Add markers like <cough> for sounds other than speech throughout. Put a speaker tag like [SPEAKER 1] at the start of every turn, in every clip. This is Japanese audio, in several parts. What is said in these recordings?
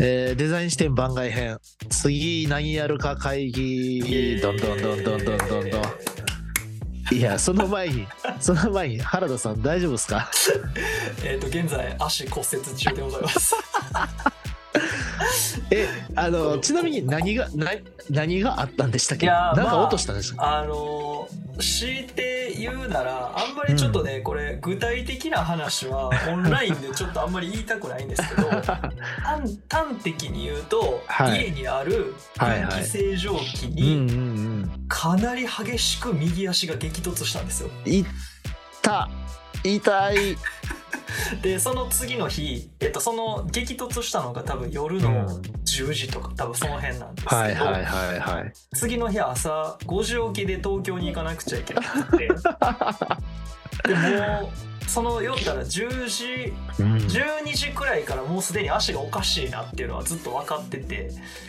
[SPEAKER 1] えーデザイン視点番外編次何やるか会議どんどんどんどんどんどんどんいやその前 <laughs> にその前に原田さん大丈夫ですか
[SPEAKER 2] えっ、と現在足骨折中でござ
[SPEAKER 1] <laughs>
[SPEAKER 2] います。
[SPEAKER 1] えあのちなみに何がな何があったんでしたっけ
[SPEAKER 2] いや
[SPEAKER 1] な
[SPEAKER 2] ー
[SPEAKER 1] ん
[SPEAKER 2] ま
[SPEAKER 1] か
[SPEAKER 2] あ
[SPEAKER 1] 落としたんですか、
[SPEAKER 2] あのー強いて言うならあんまりちょっとね、これ具体的な話はオンラインでちょっとあんまり言いたくないんですけ
[SPEAKER 1] <laughs>
[SPEAKER 2] ど端端的に言うと、
[SPEAKER 1] はい
[SPEAKER 2] 家にある
[SPEAKER 1] はい
[SPEAKER 2] 空
[SPEAKER 1] はい
[SPEAKER 2] 気清浄機
[SPEAKER 1] うん
[SPEAKER 2] に
[SPEAKER 1] うんうん
[SPEAKER 2] かなり激しく右足が激突したんですよ。
[SPEAKER 1] いった痛い
[SPEAKER 2] でその次の日、えっと、その激突したのが多分夜の10時とか多分その辺なんですけど、
[SPEAKER 1] はいはいはいはい
[SPEAKER 2] 次の日朝5時起きで東京に行かなくちゃいけなくてでもうその酔ったら10時
[SPEAKER 1] うん
[SPEAKER 2] 12時くらいからもうすでに足がおかしいなっていうのはずっと分かってて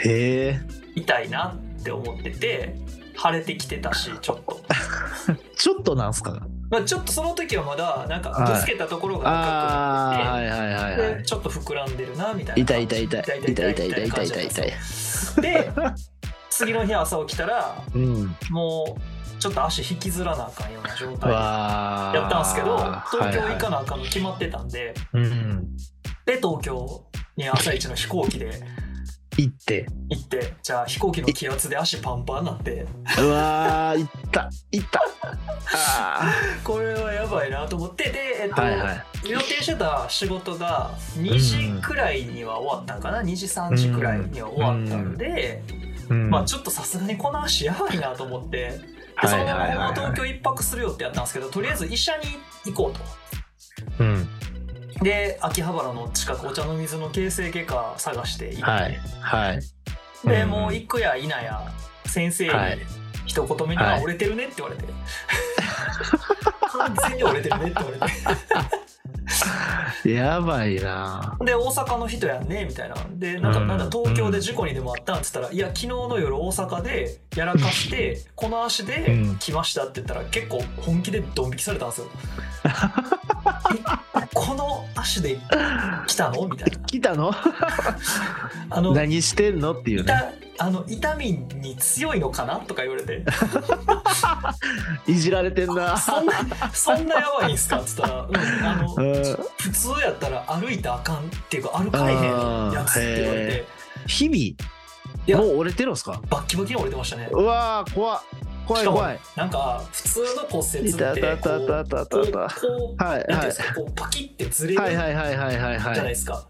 [SPEAKER 1] へえ
[SPEAKER 2] 痛いなって思ってて腫れてきてたしちょっと、
[SPEAKER 1] ちょっとなんすか
[SPEAKER 2] まあ、ちょっとその時はまだなん
[SPEAKER 1] は
[SPEAKER 2] か
[SPEAKER 1] い
[SPEAKER 2] ぶつけたところが
[SPEAKER 1] ああはい
[SPEAKER 2] ええ
[SPEAKER 1] はいはいは
[SPEAKER 2] 赤くて
[SPEAKER 1] い
[SPEAKER 2] ちょっと膨らんでるなみたいな
[SPEAKER 1] 痛い痛い痛い
[SPEAKER 2] 痛い
[SPEAKER 1] 痛い痛
[SPEAKER 2] 痛
[SPEAKER 1] い
[SPEAKER 2] い
[SPEAKER 1] 痛
[SPEAKER 2] 痛
[SPEAKER 1] い
[SPEAKER 2] い
[SPEAKER 1] 痛
[SPEAKER 2] 痛
[SPEAKER 1] い
[SPEAKER 2] い
[SPEAKER 1] 痛い痛
[SPEAKER 2] 痛い痛
[SPEAKER 1] い痛い
[SPEAKER 2] い痛いで次の日朝起きたら
[SPEAKER 1] うん
[SPEAKER 2] もうちょっと足引きずらなあかんような状態で
[SPEAKER 1] わー
[SPEAKER 2] やったんですけど東京行か
[SPEAKER 1] は
[SPEAKER 2] なあかんの決まってたんで、
[SPEAKER 1] いはいうん
[SPEAKER 2] で東京に朝一の飛行機で
[SPEAKER 1] 行って
[SPEAKER 2] 行ってじゃあ飛行機の気圧で足パンパンになって <laughs>
[SPEAKER 1] うわー行った行ったあ
[SPEAKER 2] これはやばいなと思ってで、えっ
[SPEAKER 1] ー
[SPEAKER 2] と
[SPEAKER 1] はいはい
[SPEAKER 2] 予定してた仕事が2時くらいには終わったんかな2時3時くらいには終わったんで、
[SPEAKER 1] うん
[SPEAKER 2] まあ、ちょっとさすがにこの足やばいなと思ってで
[SPEAKER 1] はい
[SPEAKER 2] そ
[SPEAKER 1] は
[SPEAKER 2] の
[SPEAKER 1] いはい
[SPEAKER 2] まま東京一泊するよってやったんですけどとりあえず医者に行こうと。
[SPEAKER 1] うん
[SPEAKER 2] で秋葉原の近くお茶の水の形成外科探して行って、
[SPEAKER 1] はいはい
[SPEAKER 2] で、
[SPEAKER 1] うん
[SPEAKER 2] もう行くやいなや先生に
[SPEAKER 1] はい
[SPEAKER 2] 一言目に「
[SPEAKER 1] はい
[SPEAKER 2] あ折れてるね」って言
[SPEAKER 1] <laughs>
[SPEAKER 2] われて完全に折れてるねって言われて <laughs>
[SPEAKER 1] やばいな
[SPEAKER 2] で大阪の人やんねみたいなでなんか
[SPEAKER 1] うん
[SPEAKER 2] なんだ東京で事故にでもあったんっつったら「いや昨日の夜大阪でやらかしてこの足で来ました」って言ったら結構本気でドン引きされた
[SPEAKER 1] <laughs>
[SPEAKER 2] んですよ。えこの足で来たのみたいな。
[SPEAKER 1] 来たの
[SPEAKER 2] あの
[SPEAKER 1] 何してんのっていうね
[SPEAKER 2] 痛あの痛みに強いのかなとか言われて
[SPEAKER 1] いじられてんな
[SPEAKER 2] そんなそんなやばいんすかっつったら、うん、あの
[SPEAKER 1] うん
[SPEAKER 2] 普通やったら歩いたらあかんっていうか歩かれへんやつって言われて
[SPEAKER 1] 日
[SPEAKER 2] や
[SPEAKER 1] 々もう折れてるんすか
[SPEAKER 2] バッキバキに折れてましたね
[SPEAKER 1] うわー怖っ怖い怖い
[SPEAKER 2] なんか普通の骨折
[SPEAKER 1] いた
[SPEAKER 2] って
[SPEAKER 1] たたた
[SPEAKER 2] こ
[SPEAKER 1] たた
[SPEAKER 2] うこう
[SPEAKER 1] た
[SPEAKER 2] こう
[SPEAKER 1] はい
[SPEAKER 2] なん
[SPEAKER 1] は
[SPEAKER 2] ていうんですかこうパキってずれ
[SPEAKER 1] い
[SPEAKER 2] る
[SPEAKER 1] は
[SPEAKER 2] じ
[SPEAKER 1] い
[SPEAKER 2] ゃ
[SPEAKER 1] はいはいはいはいはい
[SPEAKER 2] ないですか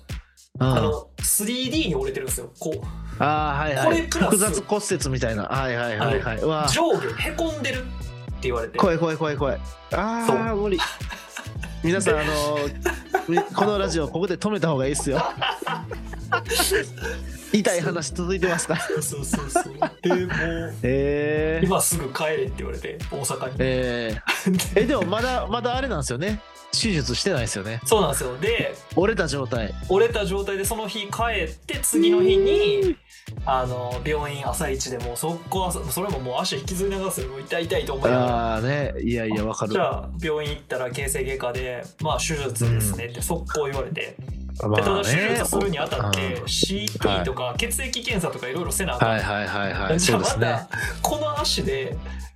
[SPEAKER 1] うん
[SPEAKER 2] あの 3D に折れてるんですよこう
[SPEAKER 1] あーはいは
[SPEAKER 2] こ
[SPEAKER 1] い
[SPEAKER 2] れプラ
[SPEAKER 1] 複
[SPEAKER 2] ス
[SPEAKER 1] 雑骨折みたいなはいはいはいはいうわー
[SPEAKER 2] 上下へこんでるって言われて
[SPEAKER 1] 怖い怖い怖い怖いああ無理皆さんあ
[SPEAKER 2] <laughs>
[SPEAKER 1] のみこのラジオここで止めた方がいいっすよ痛い話続いてますか
[SPEAKER 2] そうそうそうそうでもう
[SPEAKER 1] えー、
[SPEAKER 2] 今すぐ帰れって言われて大阪 <laughs> に。
[SPEAKER 1] えー、えでもまだまだあれなんですよね手術してないですよね
[SPEAKER 2] そうなんですよで
[SPEAKER 1] 折れた状態
[SPEAKER 2] 折れた状態でその日帰って次の日にあの病院朝一でもう速攻朝それももう足引きずりながらですよもう痛い痛いと思いながら。
[SPEAKER 1] ああねいやいやわか
[SPEAKER 2] じ
[SPEAKER 1] る
[SPEAKER 2] ゃあ病院行ったら形成外科で「まあ手術ですね」って速攻言われて、
[SPEAKER 1] ま
[SPEAKER 2] でただ手術するにあたっ
[SPEAKER 1] うん
[SPEAKER 2] て CT とか血液検査とかいろいろせなあかん、
[SPEAKER 1] はいはいはいはい
[SPEAKER 2] じ
[SPEAKER 1] そ
[SPEAKER 2] ゃ
[SPEAKER 1] う
[SPEAKER 2] あ
[SPEAKER 1] で
[SPEAKER 2] ます
[SPEAKER 1] ね
[SPEAKER 2] たこの足で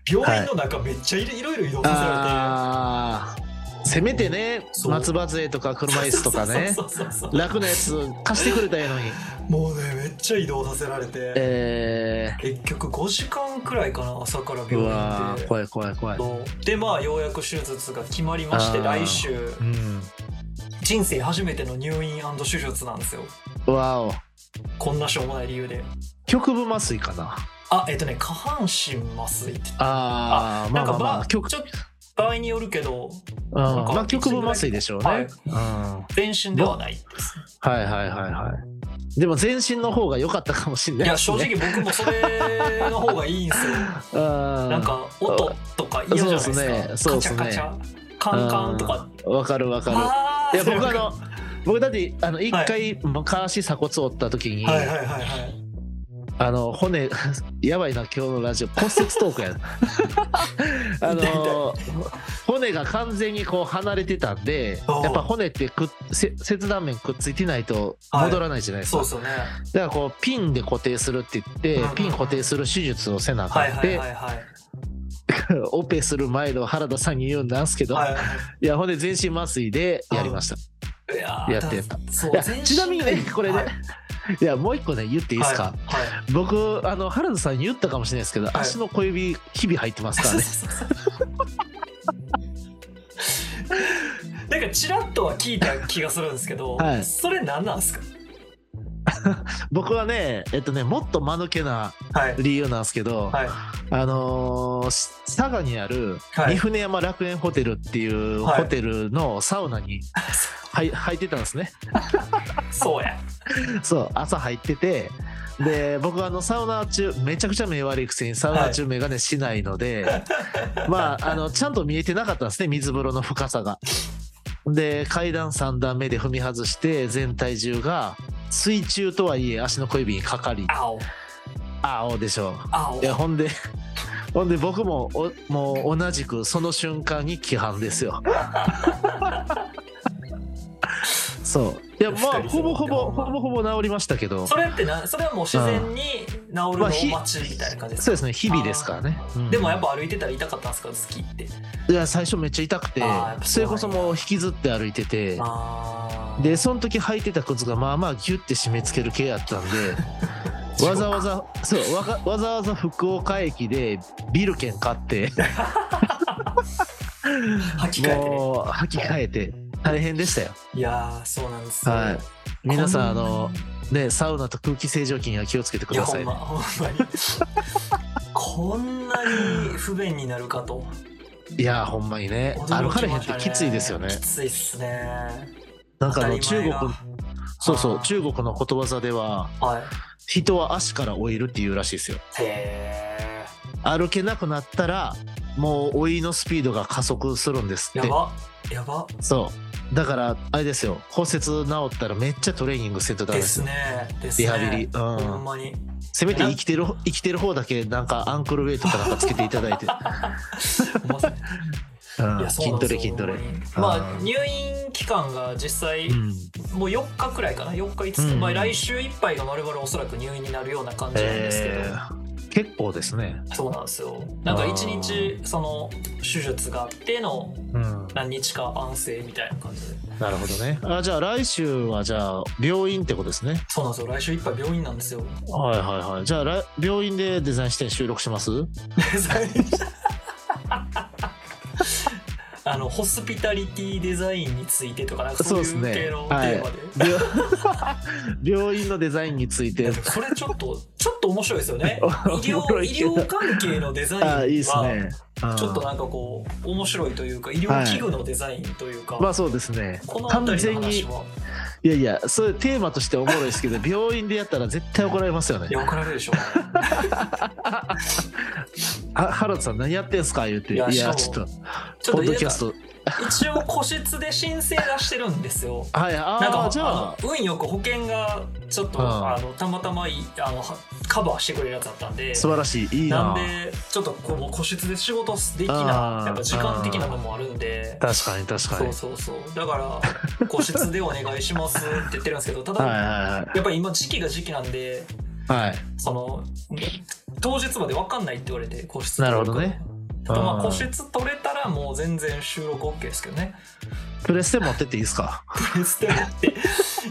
[SPEAKER 2] 病院の中めっちゃいろいろ移動さ
[SPEAKER 1] ああせめてね
[SPEAKER 2] そう
[SPEAKER 1] 松葉杖とか
[SPEAKER 2] せ
[SPEAKER 1] 車
[SPEAKER 2] られ
[SPEAKER 1] 椅
[SPEAKER 2] て
[SPEAKER 1] 子とかね
[SPEAKER 2] そうそうそうそう
[SPEAKER 1] 楽なやつ貸してくれたらええのに
[SPEAKER 2] もうねめっちゃ移動させられて。
[SPEAKER 1] え
[SPEAKER 2] 結局5時間くらいかな朝から
[SPEAKER 1] ー、う
[SPEAKER 2] 病
[SPEAKER 1] わ
[SPEAKER 2] 院
[SPEAKER 1] ー
[SPEAKER 2] で
[SPEAKER 1] 怖い怖い怖い
[SPEAKER 2] そうでまあようやく手術が決まりまして
[SPEAKER 1] あー
[SPEAKER 2] 来週
[SPEAKER 1] うん
[SPEAKER 2] 人生初めての入院手術なんですよ
[SPEAKER 1] わお
[SPEAKER 2] こんなしょうもない理由で
[SPEAKER 1] 局部麻酔かな
[SPEAKER 2] あえっとね下半身麻酔って
[SPEAKER 1] あーまあま
[SPEAKER 2] なんか
[SPEAKER 1] あまあ
[SPEAKER 2] ちょ
[SPEAKER 1] 局
[SPEAKER 2] っと場合によるけど
[SPEAKER 1] うん
[SPEAKER 2] なんか
[SPEAKER 1] まあ局部麻酔でしょうね、
[SPEAKER 2] はい
[SPEAKER 1] うん、は
[SPEAKER 2] 全身ではないです
[SPEAKER 1] いはいはいはいでも全身の方が良かったかもしれない
[SPEAKER 2] いや
[SPEAKER 1] です
[SPEAKER 2] 正
[SPEAKER 1] ね
[SPEAKER 2] 直僕もそれの方がいいんです
[SPEAKER 1] <laughs>
[SPEAKER 2] よ
[SPEAKER 1] うん
[SPEAKER 2] なんか音とか嫌じゃないです
[SPEAKER 1] そうっ
[SPEAKER 2] か
[SPEAKER 1] す
[SPEAKER 2] カ
[SPEAKER 1] ね
[SPEAKER 2] チャカチャカンカンとか
[SPEAKER 1] うんわかるわか
[SPEAKER 2] あ
[SPEAKER 1] る
[SPEAKER 2] ー
[SPEAKER 1] いや僕あの僕だってあの一
[SPEAKER 2] は
[SPEAKER 1] 回昔鎖骨折った時に、
[SPEAKER 2] はいはいはいはい
[SPEAKER 1] あの骨 <laughs> やばいな今日のラジオ骨折トー
[SPEAKER 2] <laughs>
[SPEAKER 1] クやあの骨が完全にこう離れてたんで
[SPEAKER 2] おう
[SPEAKER 1] やっぱ骨ってくっせ切断面くっついてないと戻らないじゃないですか、
[SPEAKER 2] そうですよね。
[SPEAKER 1] だからこうピンで固定するって言って、
[SPEAKER 2] うんうん
[SPEAKER 1] ピン固定する手術をせなあ
[SPEAKER 2] は
[SPEAKER 1] か
[SPEAKER 2] い
[SPEAKER 1] んっ
[SPEAKER 2] はい
[SPEAKER 1] て、
[SPEAKER 2] はいはい。
[SPEAKER 1] オペする前の原田さんに言うんなんすけど、
[SPEAKER 2] はい
[SPEAKER 1] い、やほんで全身麻酔でやりました、
[SPEAKER 2] い、いや
[SPEAKER 1] やってた
[SPEAKER 2] だそう
[SPEAKER 1] いや
[SPEAKER 2] 全身
[SPEAKER 1] ちなみにねこれね、
[SPEAKER 2] はい
[SPEAKER 1] い、やもう一個ね言っていいですか、
[SPEAKER 2] はいはい
[SPEAKER 1] 僕あの原田さんに言ったかもしれないですけど、
[SPEAKER 2] い
[SPEAKER 1] 足の小指日々入ってますからね
[SPEAKER 2] <laughs> なんかちらっとは聞いた気がするんですけど、
[SPEAKER 1] はい
[SPEAKER 2] それ何なんですか
[SPEAKER 1] 僕はねえっとねもっと間抜けな
[SPEAKER 2] はい
[SPEAKER 1] 理由なんですけど、
[SPEAKER 2] はい
[SPEAKER 1] あのーし佐賀にある
[SPEAKER 2] はい
[SPEAKER 1] 三船山楽園ホテルっていう
[SPEAKER 2] はい
[SPEAKER 1] ホテルのサウナにはい入ってたんですね
[SPEAKER 2] そうや
[SPEAKER 1] そう朝入っててで僕はあのサウナ中めちゃくちゃ目悪いくせにサウナ中眼鏡しないので、 <laughs> まああのちゃんと見えてなかったんですね水風呂の深さが。で階段3段目で踏み外して全体重が水中とはいえ足の小指にかかり
[SPEAKER 2] 青
[SPEAKER 1] 青でしょ
[SPEAKER 2] 青
[SPEAKER 1] う。いやほんで <laughs> ほんで僕もおもう同じくその瞬間に規範ですよ。 <laughs> そういやまあほぼほぼほぼほぼ治りましたけど。
[SPEAKER 2] それってなそれはもう自然に治るのを
[SPEAKER 1] まあひ
[SPEAKER 2] 待ちみたいな感じです
[SPEAKER 1] そう
[SPEAKER 2] か、
[SPEAKER 1] ですね日々ですからね、うん
[SPEAKER 2] でもやっぱ歩いてたら痛かったんですか好きって
[SPEAKER 1] いや最初めっちゃ痛くて
[SPEAKER 2] あーやっぱ
[SPEAKER 1] そ
[SPEAKER 2] そう
[SPEAKER 1] れ
[SPEAKER 2] なんや
[SPEAKER 1] こそもう引きずって歩いてて
[SPEAKER 2] あー
[SPEAKER 1] でその時履いてた靴がまあまあギュッて締め付ける系やったん
[SPEAKER 2] <laughs>
[SPEAKER 1] でわざわざそうわかわざわざ福岡駅でビル券買
[SPEAKER 2] <laughs>
[SPEAKER 1] って
[SPEAKER 2] 吐き替えてね
[SPEAKER 1] もう履き替えて大変でしたよ
[SPEAKER 2] いやーそうなんですよ
[SPEAKER 1] はい皆さんあ
[SPEAKER 2] こ
[SPEAKER 1] のねサウナと空気清浄機には気をつけてく
[SPEAKER 2] いや
[SPEAKER 1] だ
[SPEAKER 2] ほ
[SPEAKER 1] さい
[SPEAKER 2] んまほんまにこんなに不便になるかと
[SPEAKER 1] いやほんまにね歩かれへんってきついですよね
[SPEAKER 2] きついっすね
[SPEAKER 1] なんかあの
[SPEAKER 2] 当た
[SPEAKER 1] 中
[SPEAKER 2] り前
[SPEAKER 1] 国
[SPEAKER 2] が
[SPEAKER 1] そうそ
[SPEAKER 2] あ
[SPEAKER 1] う
[SPEAKER 2] ー
[SPEAKER 1] 中国のことわざでは
[SPEAKER 2] はい
[SPEAKER 1] 人は足から老いるっていうらしいですよ
[SPEAKER 2] へ
[SPEAKER 1] 歩けなくなったらもう老いのスピードが加速するんです
[SPEAKER 2] え
[SPEAKER 1] っ
[SPEAKER 2] や
[SPEAKER 1] て
[SPEAKER 2] ばやば
[SPEAKER 1] そうだからあれですよ骨折治ったらめっちゃトレーニングせんとダメ
[SPEAKER 2] で
[SPEAKER 1] です
[SPEAKER 2] す
[SPEAKER 1] よ
[SPEAKER 2] ねです
[SPEAKER 1] リ
[SPEAKER 2] ね
[SPEAKER 1] ハビリ、う
[SPEAKER 2] ほん
[SPEAKER 1] ん、
[SPEAKER 2] まに
[SPEAKER 1] せめて生きてる生きてる方だけなんかアンクルウェイトかなんかつけていただい
[SPEAKER 2] <laughs>
[SPEAKER 1] て、
[SPEAKER 2] ほん
[SPEAKER 1] うん
[SPEAKER 2] まいやそう
[SPEAKER 1] 筋
[SPEAKER 2] なん
[SPEAKER 1] トレ
[SPEAKER 2] ですよ
[SPEAKER 1] 筋トレ
[SPEAKER 2] ほんまにま
[SPEAKER 1] う
[SPEAKER 2] あ
[SPEAKER 1] ん
[SPEAKER 2] 入院期間が実際
[SPEAKER 1] うん
[SPEAKER 2] もう4日くらいかな4日5
[SPEAKER 1] う
[SPEAKER 2] 日
[SPEAKER 1] ん
[SPEAKER 2] まあ来週いっぱいがまるまるおそらく入院になるような感じなんですけど
[SPEAKER 1] えー結構ですね、
[SPEAKER 2] そうなんですよなんか一日その手術があっての
[SPEAKER 1] うん、
[SPEAKER 2] 何日か安静みたいな感じで
[SPEAKER 1] なるほどねあじゃあ来週はじゃあ病院ってことですね
[SPEAKER 2] そうなんですよ来週いっぱい病院なんですよ <laughs>
[SPEAKER 1] はいはいはいじゃあ来病院でデザインして収録します
[SPEAKER 2] あのホスピタリティデザインについてとかなんかそうい
[SPEAKER 1] そう
[SPEAKER 2] う
[SPEAKER 1] ですね
[SPEAKER 2] 系のテ
[SPEAKER 1] はい
[SPEAKER 2] ーマで。
[SPEAKER 1] 病病院のデザインについて
[SPEAKER 2] それちょっとちょっと面白いです
[SPEAKER 1] <laughs>
[SPEAKER 2] よね医
[SPEAKER 1] おもろ
[SPEAKER 2] 療
[SPEAKER 1] い
[SPEAKER 2] 医
[SPEAKER 1] けど
[SPEAKER 2] 療関係のデザイン
[SPEAKER 1] あ
[SPEAKER 2] は
[SPEAKER 1] あいいですね。
[SPEAKER 2] ちょっと
[SPEAKER 1] うん
[SPEAKER 2] なんかこう面白いというか医療器具のデザインというか、
[SPEAKER 1] まあそうですね。
[SPEAKER 2] この
[SPEAKER 1] 完
[SPEAKER 2] 辺り
[SPEAKER 1] 全
[SPEAKER 2] の
[SPEAKER 1] に
[SPEAKER 2] 話
[SPEAKER 1] い
[SPEAKER 2] は
[SPEAKER 1] やいやそういうテーマとしておもろいですけど病院でやったら絶対怒られますよね
[SPEAKER 2] い。や怒られるでしょ
[SPEAKER 1] は原田さん何やってんすか言うてい
[SPEAKER 2] い
[SPEAKER 1] や
[SPEAKER 2] や
[SPEAKER 1] ち
[SPEAKER 2] し
[SPEAKER 1] ょ
[SPEAKER 2] か
[SPEAKER 1] っ
[SPEAKER 2] も
[SPEAKER 1] と
[SPEAKER 2] ち
[SPEAKER 1] ポ
[SPEAKER 2] ょ
[SPEAKER 1] ッ
[SPEAKER 2] っ
[SPEAKER 1] ド
[SPEAKER 2] と
[SPEAKER 1] キャスト
[SPEAKER 2] 一応個室で申請出してるんですよ
[SPEAKER 1] はいあ
[SPEAKER 2] なんか
[SPEAKER 1] あじゃあ
[SPEAKER 2] あの運よく保険がちょっと、
[SPEAKER 1] うん
[SPEAKER 2] あのたまたまいあのはカバーしてくれるやつだったんで
[SPEAKER 1] 素晴らしいいい
[SPEAKER 2] な。
[SPEAKER 1] なん
[SPEAKER 2] でちょっとこうもう個室で仕事できない
[SPEAKER 1] あー
[SPEAKER 2] やっぱ時間的なのもあるんで。
[SPEAKER 1] 確かに確か
[SPEAKER 2] そう
[SPEAKER 1] に。
[SPEAKER 2] そうそうだから「個室でお願いします」って言ってるんですけどただ、
[SPEAKER 1] はいは
[SPEAKER 2] やっぱり今時期が時期なんで
[SPEAKER 1] いはいはい。
[SPEAKER 2] その当日まで分かんないって言われて個室
[SPEAKER 1] なるほどね
[SPEAKER 2] 取れるかただま
[SPEAKER 1] うん
[SPEAKER 2] あ個室取れたらもう全然収録 OK ですけどね
[SPEAKER 1] プレステ持ってっていいです <laughs> か。
[SPEAKER 2] プレステ持ってい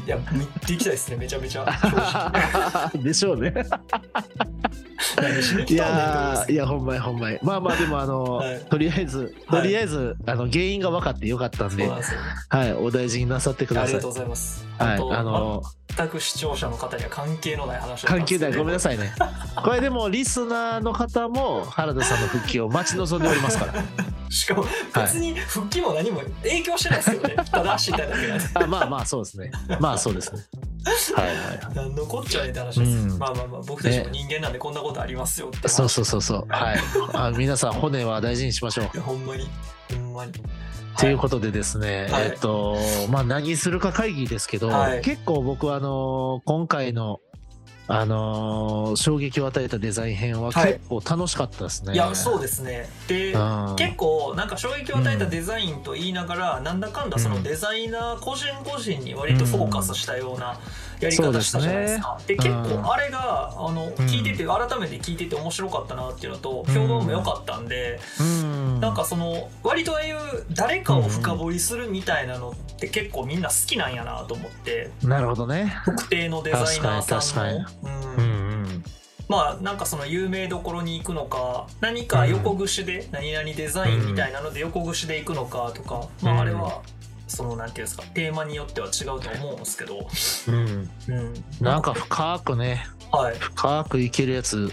[SPEAKER 2] や行っていきたいですねめちゃめちゃ正直
[SPEAKER 1] でしょうね。
[SPEAKER 2] 何し
[SPEAKER 1] <laughs>
[SPEAKER 2] に
[SPEAKER 1] い
[SPEAKER 2] 来たんだよ
[SPEAKER 1] やーいやほんまにほんまに。まあまあでもあの、
[SPEAKER 2] はい
[SPEAKER 1] とりあえず
[SPEAKER 2] は
[SPEAKER 1] と
[SPEAKER 2] い
[SPEAKER 1] りあえず、あの原因が分かってよかったん
[SPEAKER 2] そう
[SPEAKER 1] で
[SPEAKER 2] なん、ですよ
[SPEAKER 1] はいお大事になさってくだ
[SPEAKER 2] あり
[SPEAKER 1] さ
[SPEAKER 2] が
[SPEAKER 1] い
[SPEAKER 2] とう。ございます。
[SPEAKER 1] はい
[SPEAKER 2] 本当
[SPEAKER 1] あの。
[SPEAKER 2] 全く視聴者の方には関係のない話だったん
[SPEAKER 1] 関係
[SPEAKER 2] ですけ
[SPEAKER 1] ないごめんなさいねこれでもリスナーの方も原田さんの復帰を待ち望んでおります <laughs> から
[SPEAKER 2] い。しかも別に復帰も何も影響してないですよね。ただ知っただけなんで。
[SPEAKER 1] あまあまあそうですねまあそうですねはいはい
[SPEAKER 2] 何のこっちゃねえって話ですよ、
[SPEAKER 1] うん
[SPEAKER 2] まあまあまあ僕たちも人間なんでこんなことありますよって。
[SPEAKER 1] そうそうそうそうはいあ皆さん骨は大事にしましょう、
[SPEAKER 2] いやほんまにほんまに。
[SPEAKER 1] ということでですね、
[SPEAKER 2] はい
[SPEAKER 1] えっとまあ何するか会議ですけど、
[SPEAKER 2] はい
[SPEAKER 1] 結構僕はあの今回のあのー衝撃を与えたデザイン編は
[SPEAKER 2] はい
[SPEAKER 1] 結構楽しかったですね。
[SPEAKER 2] いやそうですねで
[SPEAKER 1] うん
[SPEAKER 2] 結構なんか衝撃を与えたデザインと言いながら、なんだかんだそのデザイナー個人個人に割とフォーカスしたようなやり方したじゃないですか。で
[SPEAKER 1] そうですね
[SPEAKER 2] 結構あれがあの
[SPEAKER 1] ん
[SPEAKER 2] 聞いてて改めて聞いてて面白かったなっていうのと
[SPEAKER 1] うん
[SPEAKER 2] 評判も良かったんで、
[SPEAKER 1] うん
[SPEAKER 2] なんかその割とああいう誰かを深掘りするみたいなのって結構みんな好きなんやなと思って
[SPEAKER 1] なるほどね。
[SPEAKER 2] 特定のデザイナーさんの。うん
[SPEAKER 1] うん
[SPEAKER 2] まあなんかその有名どころに行くのか何か横串で何々デザインみたいなので横串で行くのかとか、ま
[SPEAKER 1] うん
[SPEAKER 2] ああれはそのなんていうんですかテーマによっては違うと思うんですけど、
[SPEAKER 1] うん、うん、
[SPEAKER 2] うん、
[SPEAKER 1] なんか深くね
[SPEAKER 2] はい
[SPEAKER 1] 深くいけるやつ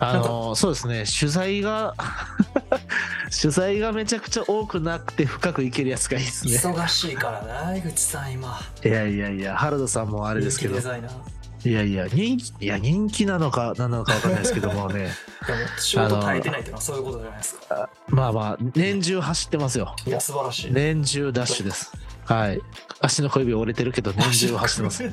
[SPEAKER 1] あのそうですね取材が <laughs> 取材がめちゃくちゃ多くなくて深くいけるやつがいいですね
[SPEAKER 2] 忙しいからな江口さん今
[SPEAKER 1] いやいやいや原田さんもあ
[SPEAKER 2] あ
[SPEAKER 1] れですけど
[SPEAKER 2] デザイナーい
[SPEAKER 1] いやいや人気いや人気なのか何なのか分かんないですけどもね
[SPEAKER 2] やもう仕事耐えてないっていうのはそういうことじゃないですか
[SPEAKER 1] まあまあ年中走ってますよ
[SPEAKER 2] いや素晴らしい、
[SPEAKER 1] 年中ダッシュですはい足の小指折れてるけど年中走ってます
[SPEAKER 2] <laughs>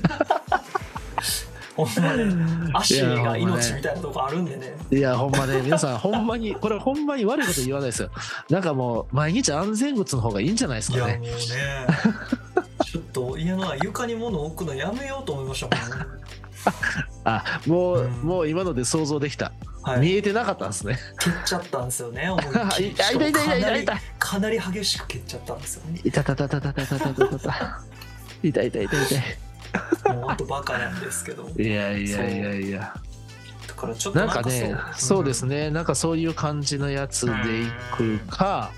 [SPEAKER 2] ほんまね足が命みたいなとこあるんでね
[SPEAKER 1] いやほんまね皆さんほんまにこれほんまに悪いこと言わないですよなんかもう毎日安全靴の方がいいんじゃないです
[SPEAKER 2] いや
[SPEAKER 1] か
[SPEAKER 2] もう
[SPEAKER 1] ね <laughs>
[SPEAKER 2] ねちょっと家の床に物を置くのやめようと思いましたもんね
[SPEAKER 1] <laughs> あもう、
[SPEAKER 2] うん
[SPEAKER 1] もう今ので想像できた、
[SPEAKER 2] はい
[SPEAKER 1] 見えてなかったんですね
[SPEAKER 2] 蹴っちゃったんですよね思いっきり
[SPEAKER 1] 痛 <laughs> い痛い痛い痛い痛い痛い
[SPEAKER 2] かなりかなり激しく蹴っちゃったんですよね
[SPEAKER 1] いたたたたたたたたたた痛い痛い痛い痛
[SPEAKER 2] もう本当バカなんですけど
[SPEAKER 1] いいやいやいやいや
[SPEAKER 2] だからちょっと
[SPEAKER 1] なんかねそうです
[SPEAKER 2] ね
[SPEAKER 1] ねなんかそういう感じのやつでいくか、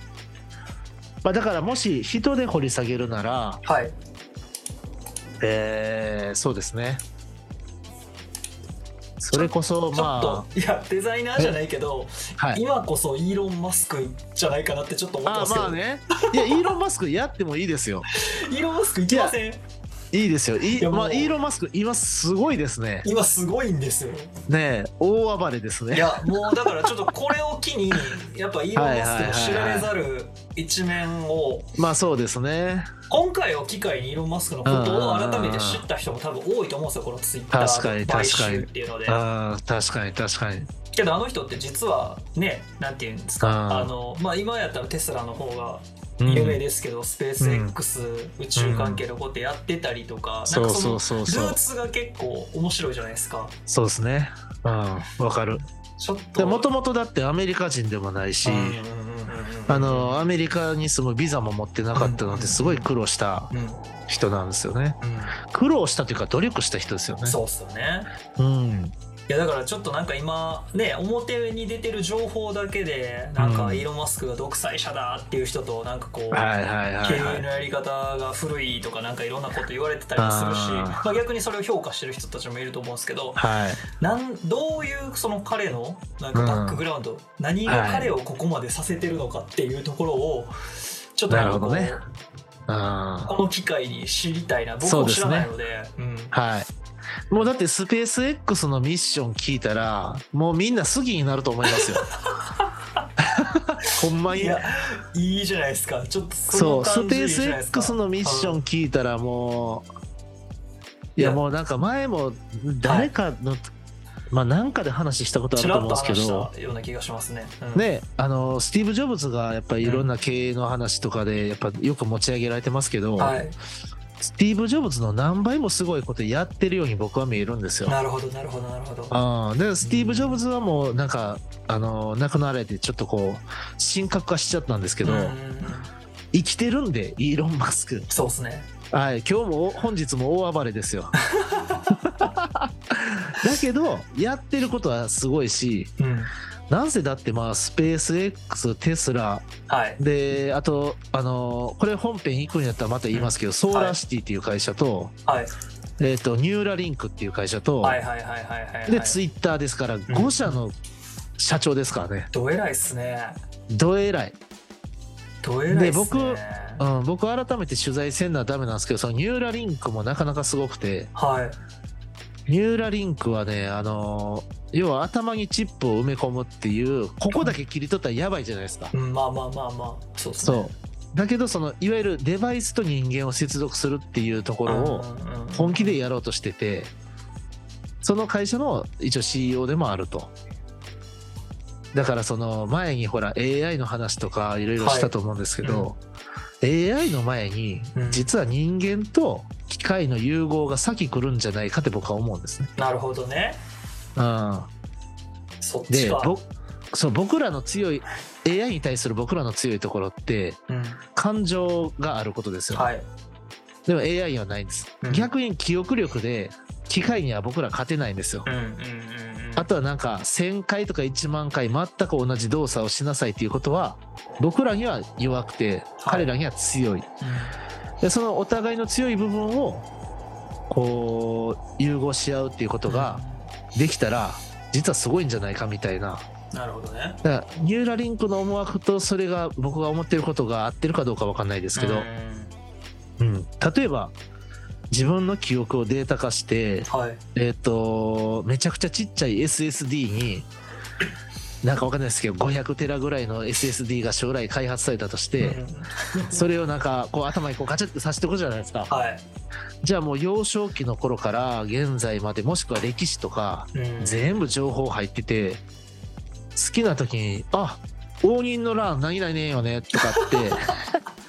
[SPEAKER 1] まあ、だからもし人で掘り下げるなら
[SPEAKER 2] はい
[SPEAKER 1] えー、そうですねそれこそ
[SPEAKER 2] ちょっ
[SPEAKER 1] ま
[SPEAKER 2] といやデザイナーじゃないけど
[SPEAKER 1] あはい
[SPEAKER 2] 今こそイーロン・マスクじゃないかなってちょっと思って
[SPEAKER 1] あー
[SPEAKER 2] ますけ
[SPEAKER 1] まあ
[SPEAKER 2] ど、
[SPEAKER 1] ねいやイーロン・マスクやってもいいですよ
[SPEAKER 2] イーロン・マスクいきません
[SPEAKER 1] いいですよい
[SPEAKER 2] いやもう
[SPEAKER 1] まあ、イーロン・マスク今すごいですね
[SPEAKER 2] 今すごいんですよ
[SPEAKER 1] ねえ大暴れですね
[SPEAKER 2] いやもうだからちょっとこれを機にやっぱイーロン・マスクの知られざる一面を
[SPEAKER 1] まあそうですね
[SPEAKER 2] 今回を機会にイーロン・マスクのことを改めて知った人も多分多いと思うんですよこのツイッタ
[SPEAKER 1] 確かに
[SPEAKER 2] ーの買収っていうので
[SPEAKER 1] あー確かに確かに
[SPEAKER 2] けどあの人って実はねなんていうんですか
[SPEAKER 1] あー
[SPEAKER 2] あの、まあ、今やったらテスラの方が
[SPEAKER 1] うん
[SPEAKER 2] 有名ですけど、スペース X、宇宙関係のことやってたりとか、なん
[SPEAKER 1] そう
[SPEAKER 2] かそ
[SPEAKER 1] そ
[SPEAKER 2] の
[SPEAKER 1] うそう
[SPEAKER 2] ル
[SPEAKER 1] そ
[SPEAKER 2] ー
[SPEAKER 1] う
[SPEAKER 2] ツが結構面白いじゃないですか
[SPEAKER 1] そうですねうんわかる
[SPEAKER 2] ちょっ
[SPEAKER 1] で
[SPEAKER 2] と
[SPEAKER 1] もともとだってアメリカ人でもないし、
[SPEAKER 2] うんうんうんうん
[SPEAKER 1] あのアメリカに住むビザも持ってなかったのですごい苦労した
[SPEAKER 2] うんうん
[SPEAKER 1] 人なんですよね苦労したというか努力した人ですよね
[SPEAKER 2] そうっすよね
[SPEAKER 1] うん
[SPEAKER 2] いやだからちょっとなんか今ね表に出てる情報だけでなん
[SPEAKER 1] う
[SPEAKER 2] か
[SPEAKER 1] ん
[SPEAKER 2] イーロン・マスクが独裁者だっていう人となんかこう、
[SPEAKER 1] はいはいは
[SPEAKER 2] 経
[SPEAKER 1] いは
[SPEAKER 2] 営
[SPEAKER 1] い
[SPEAKER 2] のやり方が古いとかなんかいろんなこと言われてたりもするし
[SPEAKER 1] あー
[SPEAKER 2] まあ、逆にそれを評価してる人たちもいると思うんですけど
[SPEAKER 1] はい
[SPEAKER 2] なんどういうその彼のなんかバックグラウンド、何が彼をここまでさせてるのかっていうところをちょっとなんかこう
[SPEAKER 1] なるほうん
[SPEAKER 2] この機会に知りたいな僕
[SPEAKER 1] そう
[SPEAKER 2] も
[SPEAKER 1] です
[SPEAKER 2] 知
[SPEAKER 1] ね
[SPEAKER 2] らないのでうん
[SPEAKER 1] はい。もうだってスペース X のミッション聞いたら、もうみんな好きになると思いますよ。 <laughs> ほんま
[SPEAKER 2] <laughs> い
[SPEAKER 1] に。
[SPEAKER 2] やいいじゃないですかちょっと
[SPEAKER 1] そ、
[SPEAKER 2] そうの
[SPEAKER 1] ス
[SPEAKER 2] 感じ
[SPEAKER 1] ペ
[SPEAKER 2] い
[SPEAKER 1] ー
[SPEAKER 2] いじ
[SPEAKER 1] ス
[SPEAKER 2] ゃないですか
[SPEAKER 1] X のミッション聞いたらもう、い
[SPEAKER 2] いや
[SPEAKER 1] やもうなんか前も誰かの、まあなんかで話したことあ
[SPEAKER 2] ち
[SPEAKER 1] る
[SPEAKER 2] ら
[SPEAKER 1] と
[SPEAKER 2] っ
[SPEAKER 1] 思うん
[SPEAKER 2] と
[SPEAKER 1] ですけ
[SPEAKER 2] 話し
[SPEAKER 1] ど、
[SPEAKER 2] たような気がしますね。うん、
[SPEAKER 1] ね、あのスティーブ・ジョブズがやっぱりいろんな経営の話とかでやっぱよく持ち上げられてますけど、
[SPEAKER 2] はい、
[SPEAKER 1] スティーブ・ジョブズの何倍もすごいことやってるように僕は見えるんですよ。
[SPEAKER 2] なるほどなるほどなるほど。
[SPEAKER 1] ああでスティーブ・ジョブズはもうなんか、あの亡くなられてちょっとこう神格化しちゃったんですけど、
[SPEAKER 2] うんうんうん
[SPEAKER 1] 生きてるんでイーロン・マスク
[SPEAKER 2] そうですね。
[SPEAKER 1] はい今日も本日も大暴れです
[SPEAKER 2] <laughs>
[SPEAKER 1] よだけどやってることはすごいし
[SPEAKER 2] うん、
[SPEAKER 1] なんせだってまあスペース X テスラ
[SPEAKER 2] はい。
[SPEAKER 1] であとあのこれ本編行くんやったらまた言いますけど、ソーラーシティっていう会社と,、
[SPEAKER 2] はい
[SPEAKER 1] えっとニューラリンクっていう会社と、
[SPEAKER 2] はいはいはいはいはい、はい。
[SPEAKER 1] でツイッターですから5社の社長ですからね、
[SPEAKER 2] どえらいっすね。
[SPEAKER 1] どえらい、
[SPEAKER 2] どえらい
[SPEAKER 1] で
[SPEAKER 2] っすね。
[SPEAKER 1] 僕うん、僕改めて取材せんなダメなんですけどそのニューラリンクもなかなかすごくて
[SPEAKER 2] はい。
[SPEAKER 1] ニューラリンクはねあのー要は頭にチップを埋め込むっていうここだけ切り取ったらやばいじゃないですか
[SPEAKER 2] うん、まあまあまあまあ。そうっすね。
[SPEAKER 1] そうだけどそのいわゆるデバイスと人間を接続するっていうところを
[SPEAKER 2] うんうんうん
[SPEAKER 1] 本気でやろうとしててその会社の一応 CEO でもあると。だからその前にほら AI の話とかいろいろしたと思うんですけど、AI の前に
[SPEAKER 2] うん
[SPEAKER 1] 実は人間と機械の融合が先来るんじゃないかって僕は思うんですね。
[SPEAKER 2] なるほどね
[SPEAKER 1] うん、
[SPEAKER 2] そっち
[SPEAKER 1] で
[SPEAKER 2] か
[SPEAKER 1] ぼそう僕らの強い AI に対する僕らの強いところって
[SPEAKER 2] うん
[SPEAKER 1] 感情があることですよ、
[SPEAKER 2] はい
[SPEAKER 1] でも AI にはないんです、
[SPEAKER 2] うん
[SPEAKER 1] 逆に記憶力で機械には僕ら勝てないんですよ、
[SPEAKER 2] うんうんうんうん
[SPEAKER 1] あとはなんか1,000回とか1万回全く同じ動作をしなさいっていうことは僕らには弱くて彼らには強い、でそのお互いの強い部分をこう融合し合うっていうことができたら実はすごいんじゃないかみたいな
[SPEAKER 2] うんなるほどね
[SPEAKER 1] だからニューラリンクの思惑とそれが僕が思ってることが合ってるかどうかわかんないですけ
[SPEAKER 2] う
[SPEAKER 1] ど、
[SPEAKER 2] ん
[SPEAKER 1] うん例えば自分の記憶をデータ化して、
[SPEAKER 2] はい
[SPEAKER 1] えっとめちゃくちゃちっちゃい SSD になんかわかんないですけど500テラぐらいの SSD が将来開発されたとして、
[SPEAKER 2] うん
[SPEAKER 1] それをなんかこう頭にこうガチャってさしておくじゃないですか
[SPEAKER 2] はい
[SPEAKER 1] じゃあもう幼少期の頃から現在までもしくは歴史とか
[SPEAKER 2] うん
[SPEAKER 1] 全部情報入ってて好きな時に「あ応仁の乱何々ねえよね」とかって <laughs>